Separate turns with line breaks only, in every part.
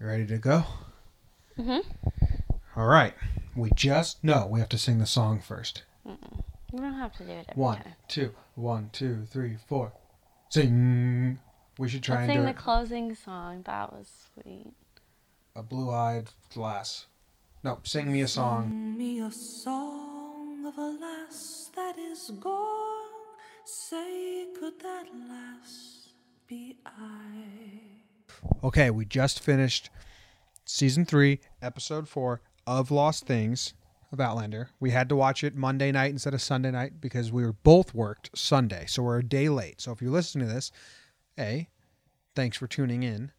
You ready to go?
Mhm.
All right. We just no. We have to sing the song first.
You don't have to do it every
One,
time.
two, one, two, three, four. Sing. We should try
Let's
and
sing
do
the
it.
closing song. That was sweet.
a blue-eyed lass. No, sing me a song.
Sing me a song of a lass that is gone. Say, could that lass be I?
Okay, we just finished season three, episode four of Lost Things of Outlander. We had to watch it Monday night instead of Sunday night because we were both worked Sunday, so we're a day late. So if you're listening to this, a, thanks for tuning in.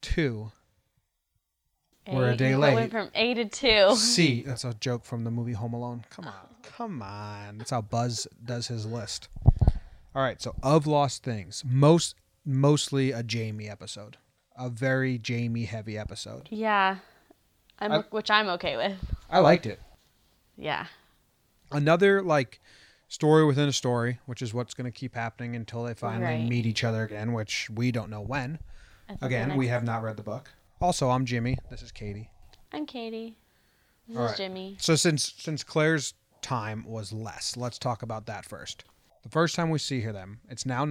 Two, We're a
Eight.
day
I
late.
went from A to two.
C. That's a joke from the movie Home Alone. Come on, come on. That's how Buzz does his list. All right, so of Lost Things, most mostly a Jamie episode, a very Jamie heavy episode.
Yeah. I'm,
I-
which I'm okay with.
I liked it.
Yeah.
Another like story within a story, which is what's going to keep happening until they finally
Right.
meet each other again, which we don't know when.
I think the
Again, we
next-
have not read the book. Also, I'm Jimmy. This is Katie.
I'm Katie. This
All
is
right.
Jimmy.
So since since Claire's time was less, let's talk about that first. The first time we see her them, it's now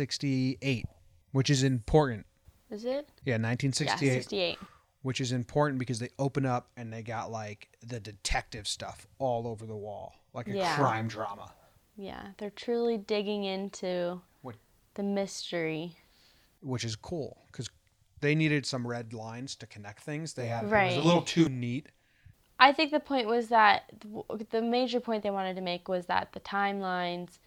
1968, which is important.
Is it?
Yeah, 1968,
Yeah, 68.
which is important because they open up and they got like the detective stuff all over the wall, like a
Yeah.
crime drama.
Yeah. They're truly digging into
What-
the mystery.
which is cool because they needed some red lines to connect things. They had it was
Right.
a little too neat.
I think the point was that the major point they wanted to make was that the timelines.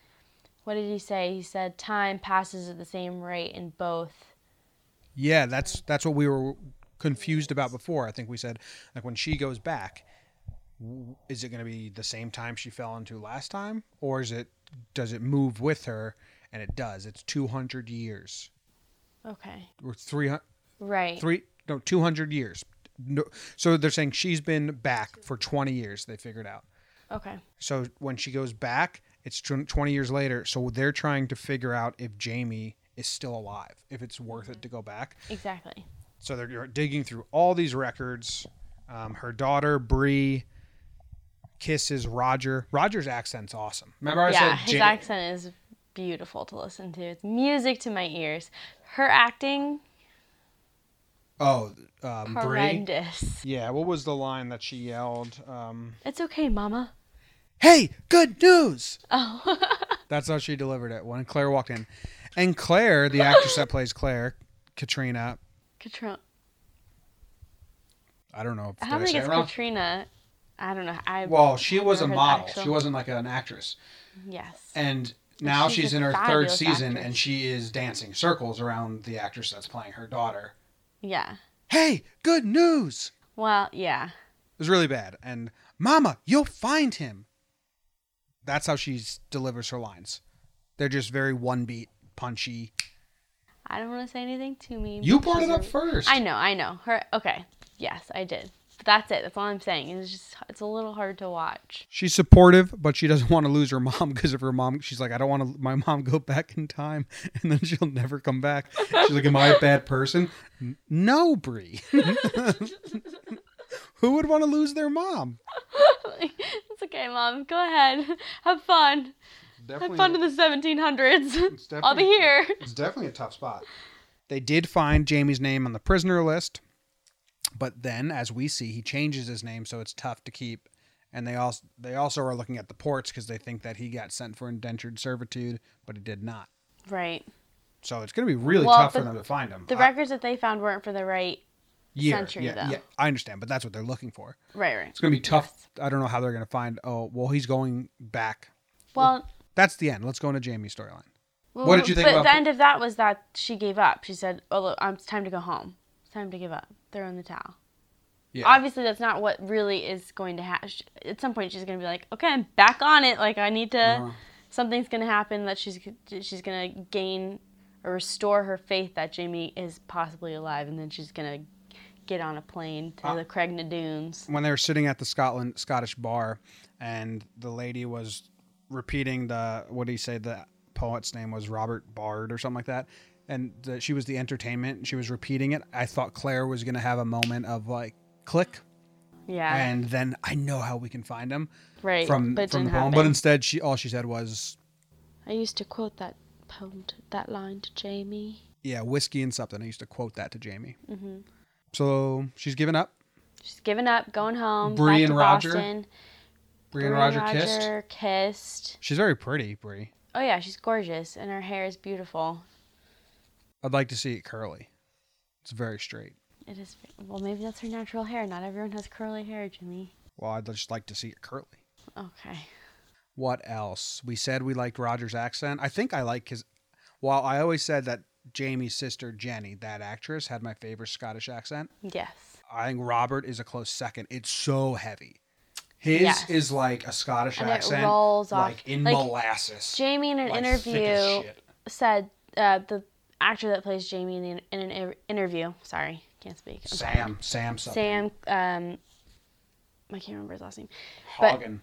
What did he say? He said time passes at the same rate in both.
Yeah, that's that's what we were confused about before. I think we said like when she goes back, w- is it going to be the same time she fell into last time, or is it does it move with her? And it does. It's two hundred years
Okay.
or three
Right.
three no two hundred years. No, so they're saying she's been back for twenty years. They figured out.
Okay.
So when she goes back, it's tw- 20 years later. So they're trying to figure out if Jamie is still alive, if it's worth it to go back.
Exactly.
So they're digging through all these records. Um, her daughter, Bree, kisses Roger. Roger's accent's awesome. Remember I
yeah,
said
his
Ja-
accent is beautiful to listen to. It's music to my ears. Her acting
Oh, um, Bree.
horrendous.
Yeah, what was the line that she yelled? Um,
It's okay, Mama.
hey, good news!
Oh,
That's how she delivered it when Claire walked in. And Claire, the actress that plays Claire, Katrina,
Katrina.
I don't know if
I don't
did I
think
say it
it's
wrong.
Katrina. I don't know. I
Well, she was a
Her
model.
actual-
She wasn't like an actress.
yes.
And now
she's
she's,
a
in her third
fabulous
season
actress.
and she is dancing circles around the actress that's playing her daughter.
yeah.
Hey, good news.
Well, yeah.
It was really bad. And Mama, you'll find him. That's how she delivers her lines. They're just very one beat, punchy.
I don't want to say anything to me.
You
but
brought it
she's
up
a-
first.
I know. I know. Her. Okay. Yes, I did. But that's it. That's all I'm saying. It's just it's a little hard to watch.
She's supportive, but she doesn't want to lose her mom because of her mom. She's like, I don't want to, my mom go back in time, and then she'll never come back. She's like, Am I a bad person? N- No, Brie. Who would want to lose their mom?
it's okay, mom. Go ahead. Have fun. Have fun in the 1700s. I'll
definitely-
be here.
It's definitely a tough spot. They did find Jamie's name on the prisoner list, but then, as we see, he changes his name, so it's tough to keep. And they also they also are looking at the ports because they think that he got sent for indentured servitude, but he did not.
Right.
So it's going to be really
Well,
tough for
the-
them to find him.
The
I-
records that they found weren't for the right.
year,
century,
yeah,
though.
yeah, I understand, but that's what they're looking for.
Right, right.
It's going to be tough. I don't know how they're going to find. Oh, well, he's going back.
Well,
That's the end. Let's go into Jamie's storyline.
well,
What did you think
But
about
the
the-
end of that was that she gave up. She said, "Oh, look, um, it's time to go home. It's time to give up. Throw in the towel."
Yeah.
Obviously, that's not what really is going to happen. At some point, she's going to be like, "Okay, I'm back on it. Like, I need to.
Uh-huh.
Something's going to happen that she's she's going to gain or restore her faith that Jamie is possibly alive, and then she's going to get on a plane to the Craigna Dunes."
when they were sitting at the Scotland Scottish bar, and the lady was repeating the what do you say the poet's name was Robert Bard or something like that, and the, she was the entertainment. She was repeating it. I thought Claire was gonna have a moment of like click,
Yeah.
and then I know how we can find him
right.
from
but it
from the
didn't
poem. But
happen.
instead, she all she said was,
I used to quote that poem, to, that line to Jamie.
"Yeah, whiskey and something." I used to quote that to Jamie.
Mm-hmm.
So she's given up.
She's given up, going home.
Bree
back
and
to
Roger.
Boston.
Bree and
Bree
Roger, kissed.
Roger kissed.
She's very pretty, Bree.
Oh yeah, she's gorgeous, and her hair is beautiful.
I'd like to see it curly. It's very straight.
It is well, maybe that's her natural hair. Not everyone has curly hair, Jimmy.
Well, I'd just like to see it curly.
Okay.
What else? We said we liked Roger's accent. I think I like his. While I always said that Jamie's sister Jenny, that actress, had my favorite Scottish accent.
Yes.
I think Robert is a close second. It's so heavy. His
Yes.
is like a Scottish
And it
accent,
rolls off-
like in
like,
molasses.
Jamie in an
like thick as
interview
shit.
said uh, the actor that plays Jamie in, the, in an inter- interview. Sorry, can't speak. I'm sorry.
Sam, Sam, something.
Sam. Um, I can't remember his last name, but
Hagen.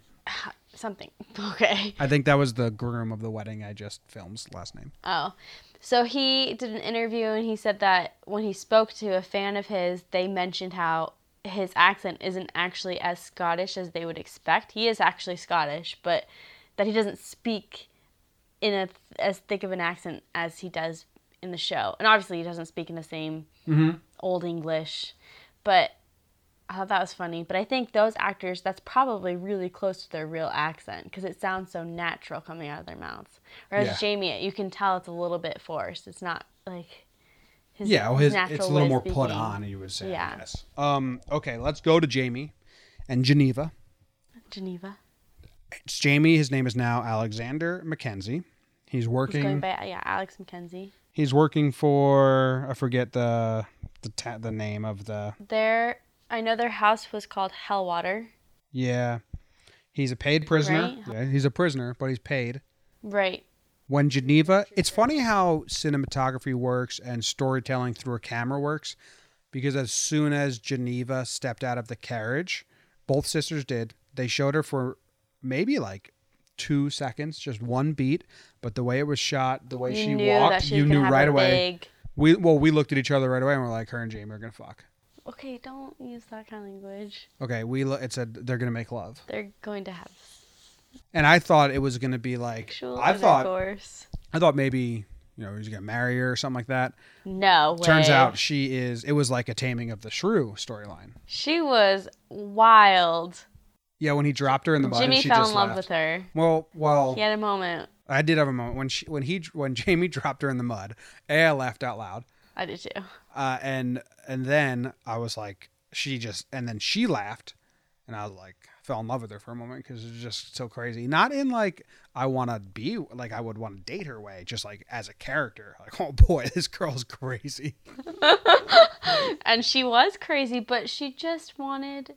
something. Okay.
I think that was the groom of the wedding I just filmed's last name.
Oh. So he did an interview and he said that when he spoke to a fan of his, they mentioned how his accent isn't actually as Scottish as they would expect. He is actually Scottish, but that he doesn't speak in a as thick of an accent as he does in the show. And obviously he doesn't speak in the same
Mm-hmm.
old English, but I thought that was funny. But I think those actors, that's probably really close to their real accent because it sounds so natural coming out of their mouths. Whereas
Yeah.
Jamie, you can tell it's a little bit forced. It's not like his
Yeah, well, his,
natural
it's a
way
little
of
more put
speaking.
on. You would say,
Yeah.
yes. Um. Okay, let's go to Jamie and Geneva.
Geneva.
It's Jamie. His name is now Alexander Mackenzie. He's
He's going
working.
by yeah, Alex McKenzie.
He's working for I forget the the ta- the name of the
Their I know their house was called Hellwater.
yeah. He's a paid prisoner.
Right?
Yeah, he's a prisoner, but he's paid.
Right.
When Geneva, it's funny how cinematography works and storytelling through a camera works, because as soon as Geneva stepped out of the carriage, both sisters did. They showed her for maybe like two seconds, just one beat, but the way it was shot, the way
You
she
knew
walked,
that she
you
was gonna
knew
have
right
a
away.
big-
We well, we looked at each other right away and we're like, her and Jamie are gonna fuck.
Okay, don't use that kind of language.
Okay, we lo- it said they're gonna make love,
They're going to have
and I thought it was gonna be like
sexual
I thought
intercourse.
I thought maybe you know he's gonna marry her or something like that.
No way.
Turns out she is. It was like a Taming of the Shrew storyline.
she was wild.
Yeah, when he dropped her in the mud,
Jimmy
and she
fell
just
in love
left.
with her.
Well, well,
He had a moment.
I did have a moment when she when he when Jamie dropped her in the mud. A, I laughed out loud,
I did too.
uh, and and then I was like, she just and then she laughed, and I was like, fell in love with her for a moment because it's just so crazy. Not in like I want to be like I would want to date her way, just like as a character. Like, oh boy, this girl's crazy.
And she was crazy, but she just wanted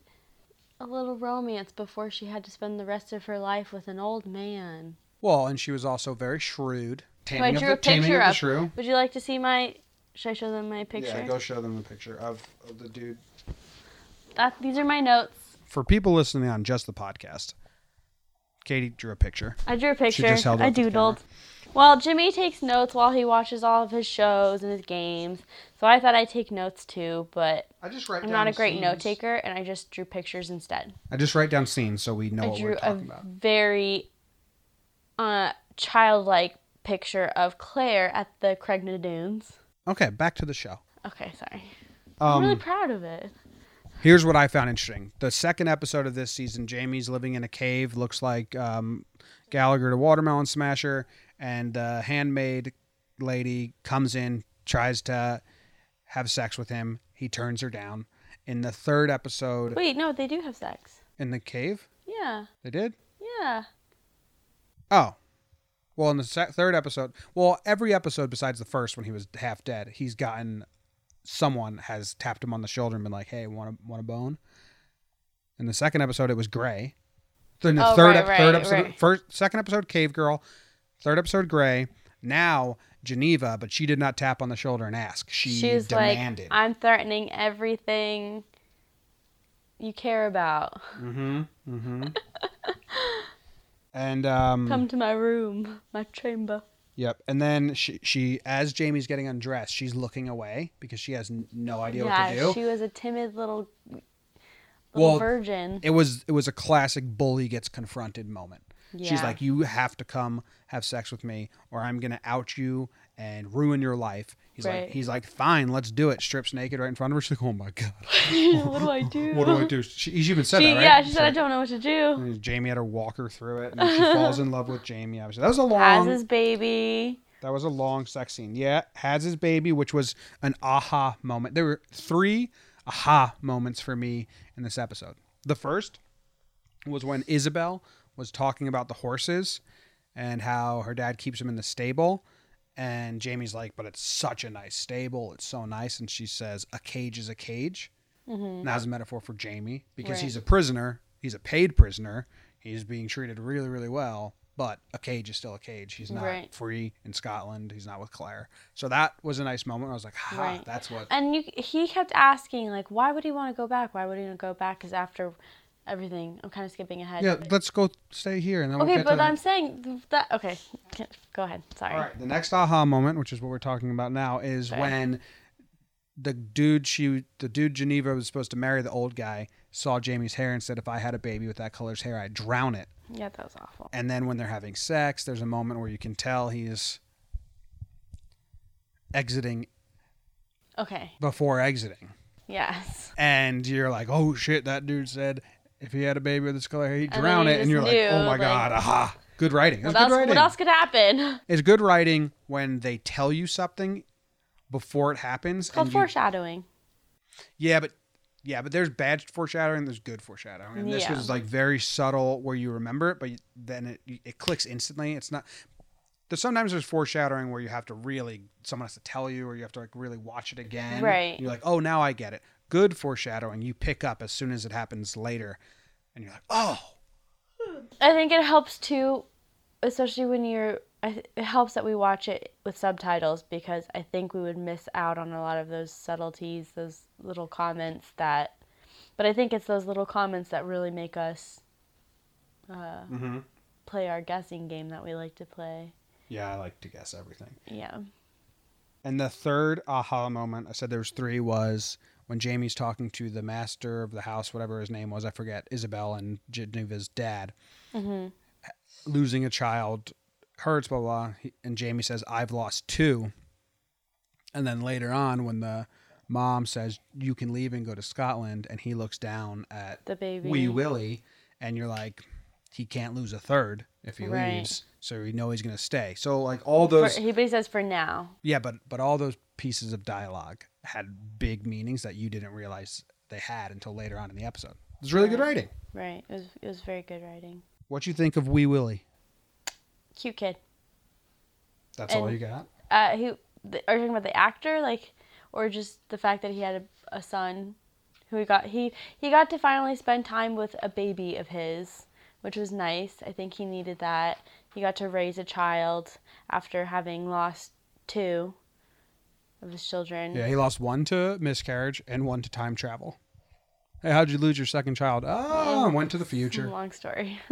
a little romance before she had to spend the rest of her life with an old man.
Well, and she was also very shrewd.
Who I
Taming of
drew
the,
a
taming of
picture
the
of.
shrew.
Would you like to see my? Should I show them my picture?
Yeah, go show them the picture of, of the dude.
that, these are my notes.
For people listening on just the podcast, Katie drew a picture.
I drew a picture.
just held
I
up the
doodled. Well, Jimmy takes notes while he watches all of his shows and his games, so I thought I'd take notes too, but
I just write.
I'm not a great note taker, and I just drew pictures instead.
I just write down scenes so we know
I
what
drew
we're
a
talking about.
very uh, childlike picture of Claire at the Craigna Dunes.
Okay, back to the show.
Okay, sorry. I'm
Um,
really proud of it.
Here's what I found interesting. The second episode of this season, Jamie's living in a cave, looks like um, Gallagher to Watermelon Smasher, and the handmaid lady comes in, tries to have sex with him. He turns her down. In the third episode,
Wait, no, they do have sex.
in the cave,
Yeah,
they did?
yeah.
Oh. Well, in the se- third episode, well, every episode besides the first when he was half dead, he's gotten someone has tapped him on the shoulder and been like, "Hey, want a want a bone?" In the second episode, it was Gray. Then the
Oh,
third
right,
ep- third
right,
episode,
right.
first second episode, Cave Girl. Third episode, Gray. Now Geneva, but she did not tap on the shoulder and ask. She
She's
demanded.
like, I'm threatening everything you care about.
and um, Mm.
Come to my room, my chamber.
Yep. And then she, she as Jamie's getting undressed, she's looking away because she has n- no idea what to
Yeah,
do.
she was a timid little, little
Well,
virgin.
it was it was a classic bully gets confronted moment. She's
Yeah.
like, "You have to come have sex with me, or I'm gonna out you and ruin your life." He's
Right.
like, "He's like, fine, let's do it." Strips naked right in front of her. She's like, "Oh my god,
what do I do?
what do I do?" She, he's even said
She,
that, right? Mm.
Yeah, she said, I
It's like-
don't know what to do.
and Jamie had her walk her through it, and then she falls in love with Jamie. Obviously, that was a
Has
long,
his baby.
that was a long sex scene. Yeah, has his baby, which was an aha moment. There were three aha moments for me in this episode. The first was when Isabel was talking about the horses and how her dad keeps them in the stable. And Jamie's like, but it's such a nice stable. It's so nice. And she says, a cage is a cage. And that was a metaphor for Jamie because
Right.
he's a prisoner. He's a paid prisoner. He's being treated really, really well, but a cage is still a cage. He's not
Right.
free in Scotland. He's not with Claire. So that was a nice moment. I was like, ha,
Right.
that's what.
And you, he kept asking, like, why would he want to go back? Why would he go back? Because after everything, I'm kind of skipping ahead.
Yeah, let's go stay here. And then we'll
okay,
get to
but
that.
I'm saying that. Okay, go ahead. Sorry.
All right. The next aha moment, which is what we're talking about now, is
Okay.
when the dude she the dude Geneva was supposed to marry the old guy saw Jamie's hair and said, "If I had a baby with that color's hair, I'd drown it."
Yeah, that was awful.
And then when they're having sex, there's a moment where you can tell he's exiting
Okay.
before exiting,
Yes.
and you're like, "Oh shit!" That dude said, "If he had a baby with this color hair, he'd
then
drown
you
it." And
just
you're
knew,
like, "Oh my
like-
god, aha!" Good writing. That's
What
good
else,
writing.
what else could happen? It's
It's good writing when they tell you something before it happens.
called
and you-
foreshadowing.
yeah, but yeah, but there's bad foreshadowing. There's good foreshadowing. And this
Yeah.
was like very subtle, where you remember it, but you, then it you- it clicks instantly. It's not. There's sometimes there's foreshadowing where you have to really someone has to tell you, or you have to like really watch it again.
Right.
You're like, oh, now I get it. Good foreshadowing you pick up as soon as it happens later, and you're like, oh,
I think it helps too, especially when you're. I th- It helps that we watch it with subtitles because I think we would miss out on a lot of those subtleties, those little comments that. But I think it's those little comments that really make us uh, play our guessing game that we like to play.
yeah, I like to guess everything.
Yeah.
And the third aha moment, I said there was three, was when Jamie's talking to the master of the house, whatever his name was, I forget, Isabel and Geneva's dad, losing a child hurts, blah, blah. He- And Jamie says, I've lost two. And then later on, when the mom says, You can leave and go to Scotland, and he looks down at
The baby.
Wee Willie, and you're like, He can't lose a third if he
Right.
leaves. So you know he's going to stay. So, like, all
For,
those.
he, but he says for now.
Yeah, but but all those pieces of dialogue had big meanings that you didn't realize they had until later on in the episode. It was really good writing.
Right. It was, it was very good writing.
What you think of Wee Willie?
Cute kid.
That's all
And-
you got.
Uh, who the, are you talking about? The actor, like, or just the fact that he had a, a son, who he got he he got to finally spend time with a baby of his, which was nice. I think he needed that. He got to raise a child after having lost two of his children.
Yeah, he lost one to miscarriage and one to time travel. Hey, how'd you lose your second child? Oh, I went to the future.
Long story.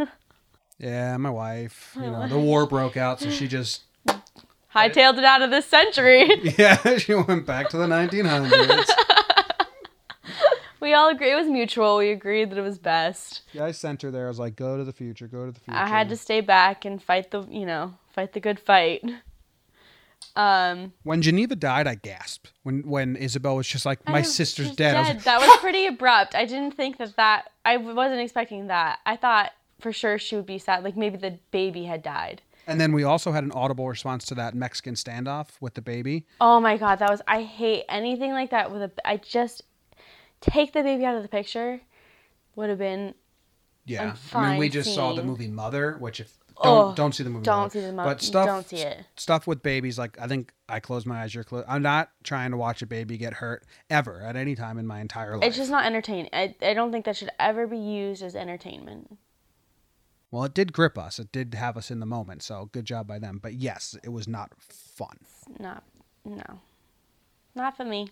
Yeah, my wife.
Oh,
You know, the war broke out, so she just
Hightailed it out of this century.
yeah, she went back to the 1900s.
we all agree it was mutual. We agreed that it was best.
Yeah, I sent her there. I was like, go to the future, go to the future.
I had to stay back and fight the you know fight the good fight. Um.
When Geneva died, I gasped. When when Isabel was just like,
I
my
know,
sister's
she's
dead. I was like,
that was pretty abrupt. I didn't think that that. I wasn't expecting that. I thought for sure she would be sad. Like maybe the baby had died.
And then we also had an audible response to that Mexican standoff with the baby.
Oh my god, that was. I hate anything like that with a. I just take the baby out of the picture. Would have been
Yeah,
I'm
I mean, we
fine
just saw the
seeing-
movie Mother, which if don't
Oh,
don't see the movie,
don't
Mother.
see the mo-
but stuff
don't see it.
stuff with babies. Like I think I close my eyes. You're close. I'm not trying to watch a baby get hurt ever at any time in my entire life.
it's just not entertaining. I, I don't think that should ever be used as entertainment.
well, it did grip us. It did have us in the moment. So good job by them. But yes, it was not fun.
Not no, not for me.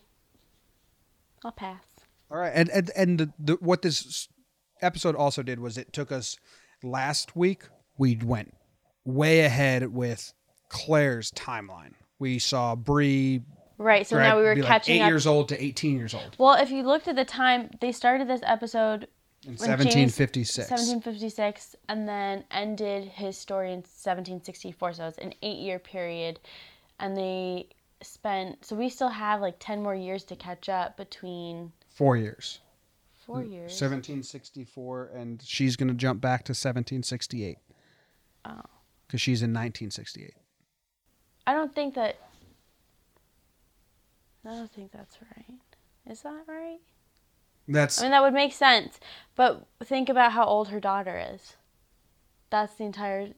I'll pass.
All right, and and and the, the, what this episode also did was it took us last week. We went way ahead with Claire's timeline. We saw Bree.
Right. So
drag-
now we were
be like
catching
eight
up.
years old to eighteen years old
well, if you looked at the time, they started this episode
in
When
seventeen
Jamie's-
fifty six.
1756 and then ended his story in 1764. So it's an eight year period. And they spent, so we still have like 10 more years to catch up between
Four years.
four
Mm,
years.
Seventeen sixty four, and she's gonna jump back to seventeen sixty eight. Oh. Because she's in nineteen sixty eight.
I don't think that. I don't think that's right. Is that right?
That's
I mean, that would make sense. But think about how old her daughter is. That's the entire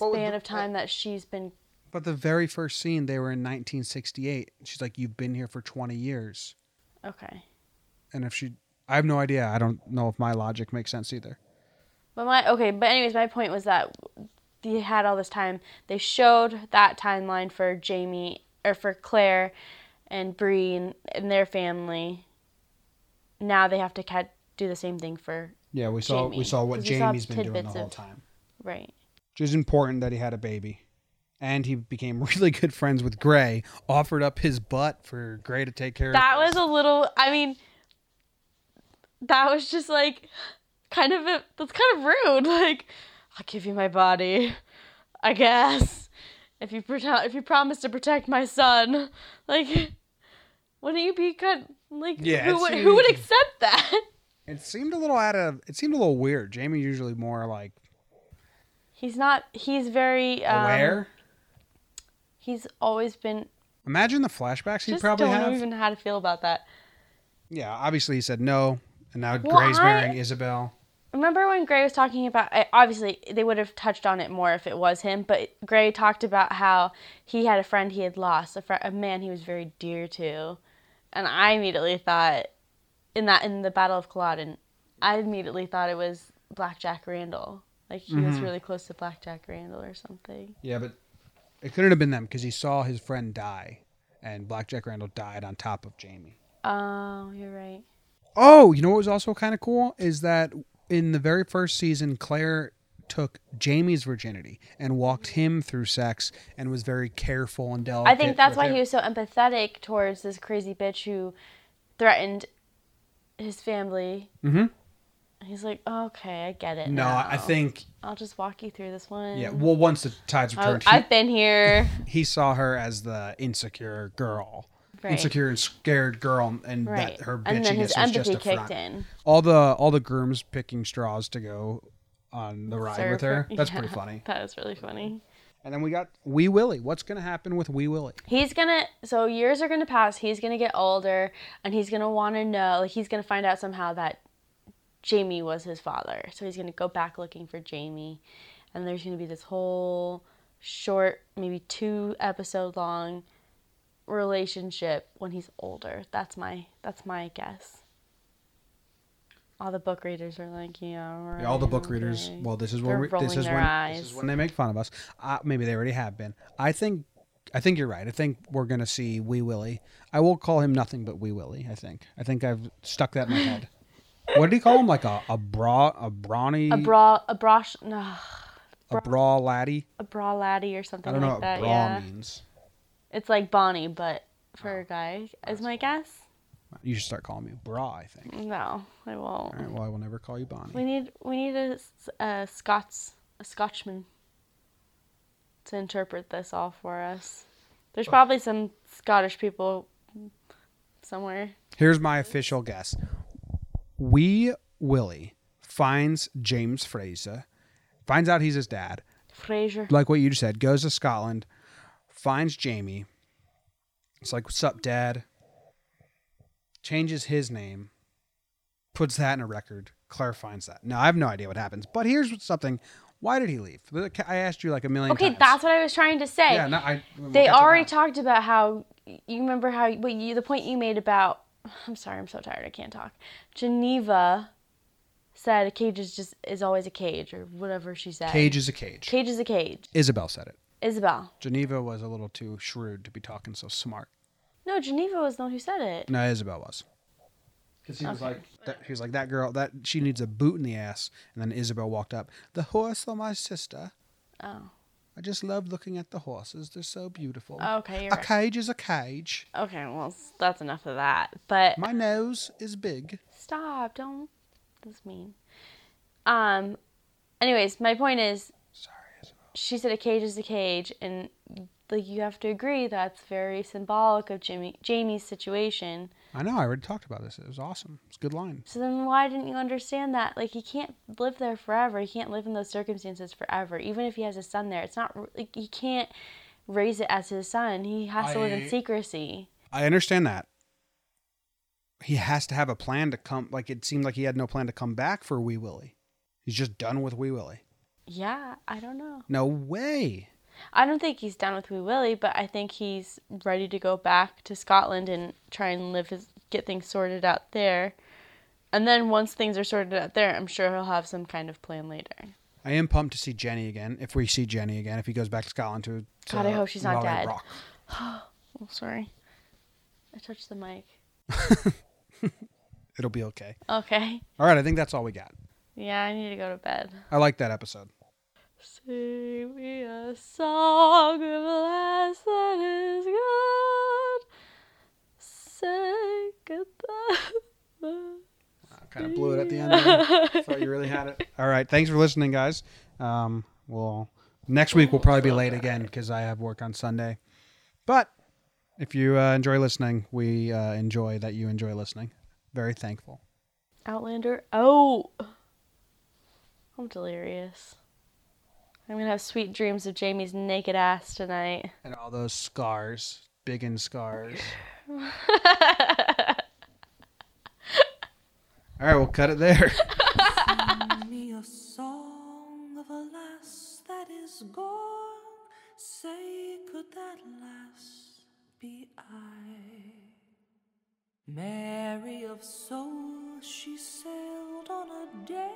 Well,
span
the-
of time that she's been.
But the very first scene, they were in 1968. She's like, "You've been here for 20 years,"
Okay.
and if she, I have no idea. I don't know if my logic makes sense either.
But my okay, but anyways, my point was that they had all this time. They showed that timeline for Jamie or for Claire and Bree and, and their family. Now they have to cat, do the same thing for
Yeah, we saw we
Jamie.
saw what
'Cause we saw
Jamie's been doing the
tidbits
whole
of-
time.
right.
Which is important that he had a baby, and he became really good friends with Gray. Offered up his butt for Gray to take care
That
of.
was a little. I mean, that was just like kind of a, that's kind of rude. Like, I'll give you my body, I guess, if you prote- if you promise to protect my son. Like, wouldn't you be kind like
Yeah, it
who would
seemed-
who would accept that?
It seemed a little out of. It seemed a little weird. Jamie usually more like
He's not. He's very um,
aware.
He's always been.
Imagine the flashbacks he
Just
probably
don't
have.
know even how to feel about that.
Yeah, obviously he said no, and now
Well,
Gray's
I-
marrying Isabel.
remember when Gray was talking about I- obviously they would have touched on it more if it was him, but Gray talked about how he had a friend he had lost, a, fr- a man he was very dear to, and I immediately thought in that in the Battle of Culloden, I immediately thought it was Black Jack Randall, like he was really close to Black Jack Randall or something.
Yeah, but it couldn't have been them because he saw his friend die, and Black Jack Randall died on top of Jamie.
Oh, you're right.
Oh, you know what was also kind of cool is that in the very first season, Claire took Jamie's virginity and walked him through sex and was very careful and delicate.
Mm. I think that's
with
why
it.
he was so empathetic towards this crazy bitch who threatened his family.
Mhm.
He's like, okay, I get it.
No,
now.
I I think
I'll just walk you through this one.
yeah. Well, once the tides were
Oh, I,
turned,
I've been here.
he, he saw her as the insecure girl,
Right.
insecure and scared girl, and
right.
that her bitchiness
and then his
was
empathy
just a
kicked
front.
in.
all the all the grooms picking straws to go on the ride
Sorry
with
for-
her. That's
Yeah,
pretty funny.
That is really funny.
And then we got Wee Willie. What's gonna happen with Wee Willie?
He's gonna so years are gonna pass. He's gonna get older, and he's gonna want to know. Like he's gonna find out somehow that Jamie was his father. So he's gonna go back looking for Jamie, and there's gonna be this whole short, maybe two episode long relationship when he's older. That's my that's my guess. All the book readers are like, yeah, right,
All the book readers.
okay.
Well, this is
They're
when we,
rolling
this is
their
when
eyes.
this is when they make fun of us. Uh, maybe they already have been. I think I think you're right. I think we're gonna see Wee Willie. I will call him nothing but Wee Willie. I think. I think I've stuck that in my head. what did he call him? Like a a bra a brawny
a bra a brosh no
a bra laddie.
a bra laddie or
I
something
don't know
like
what
that.
bra
yeah.
means.
It's like Bonnie, but for a
Oh,
guy, is my guess.
You should start calling me bra. I think.
No, I won't.
All right. Well, I will never call you Bonnie.
We need we need a, s- a Scots a Scotchman to interpret this all for us.
Oh.
There's probably some Scottish people somewhere.
Here's my official guess. Wee Willie finds James Fraser, finds out he's his dad,
Fraser.
like what you just said, goes to Scotland, finds Jamie. It's like, what's up, dad? Changes his name, puts that in a record. Claire finds that. Now, I have no idea what happens, but here's something. Why did he leave? I asked you like a million
Okay,
times.
that's what I was trying to say.
Yeah, no, I, we'll
they
get to
already
that.
talked about how you remember how what you the point you made about I'm sorry, I'm so tired, I can't talk. Geneva said a cage is just is always a cage or whatever she said.
Cage is a cage.
Cage is a cage.
Isabel said it.
Isabel.
Geneva was a little too shrewd to be talking so smart.
No, Geneva was the one who said it.
No, Isabel was. Because he was like, that, he was like that girl that she needs a boot in the ass, and then Isabel walked up. The horse for my sister.
Oh.
I just love looking at the horses. They're so beautiful.
Okay, you're
a
right.
cage is a cage.
Okay, well, s- that's enough of that. But
My nose is big.
stop, don't. That's mean. Um, anyways, my point is,
Sorry. Isabel.
she said a cage is a cage, and like you have to agree that's very symbolic of Jimmy Jamie's situation.
I know. I already talked about this. It was awesome. It's a good line.
So then, why didn't you understand that? Like, he can't live there forever. He can't live in those circumstances forever. Even if he has a son there, it's not r- like he can't raise it as his son. He has to live
I-
in secrecy.
I understand that. He has to have a plan to come. Like it seemed like he had no plan to come back for Wee Willie. He's just done with Wee Willie.
Yeah, I don't know.
No way.
I don't think he's done with Wee Willie, but I think he's ready to go back to Scotland and try and live his get things sorted out there. And then once things are sorted out there, I'm sure he'll have some kind of plan later.
I am pumped to see Jenny again. If we see Jenny again, if he goes back to Scotland to. to
God, I hope she's not
Raleigh
dead.
Rock.
Oh, sorry. I touched the mic.
It'll be okay.
Okay.
All right. I think that's all we got.
Yeah, I need to go to bed.
I like that episode.
Sing me a song of last that is God. Say goodbye.
Kind of blew it at the end. there. Thought you really had it. All right. Thanks for listening, guys. Um, we'll next week we'll probably be late again because I have work on Sunday. But if you uh, enjoy listening, we uh, enjoy that you enjoy listening. Very thankful.
Outlander. Oh, I'm delirious. I'm gonna have sweet dreams of Jamie's naked ass tonight.
And all those scars, big and scars. all right, we'll cut it there.
me a song of a lass that is gone. Say, could that lass be I? Mary of soul, she sailed on a day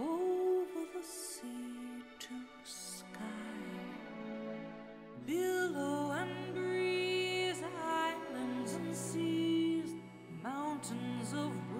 over the sea to sky. Billow and breeze, islands and seas, mountains of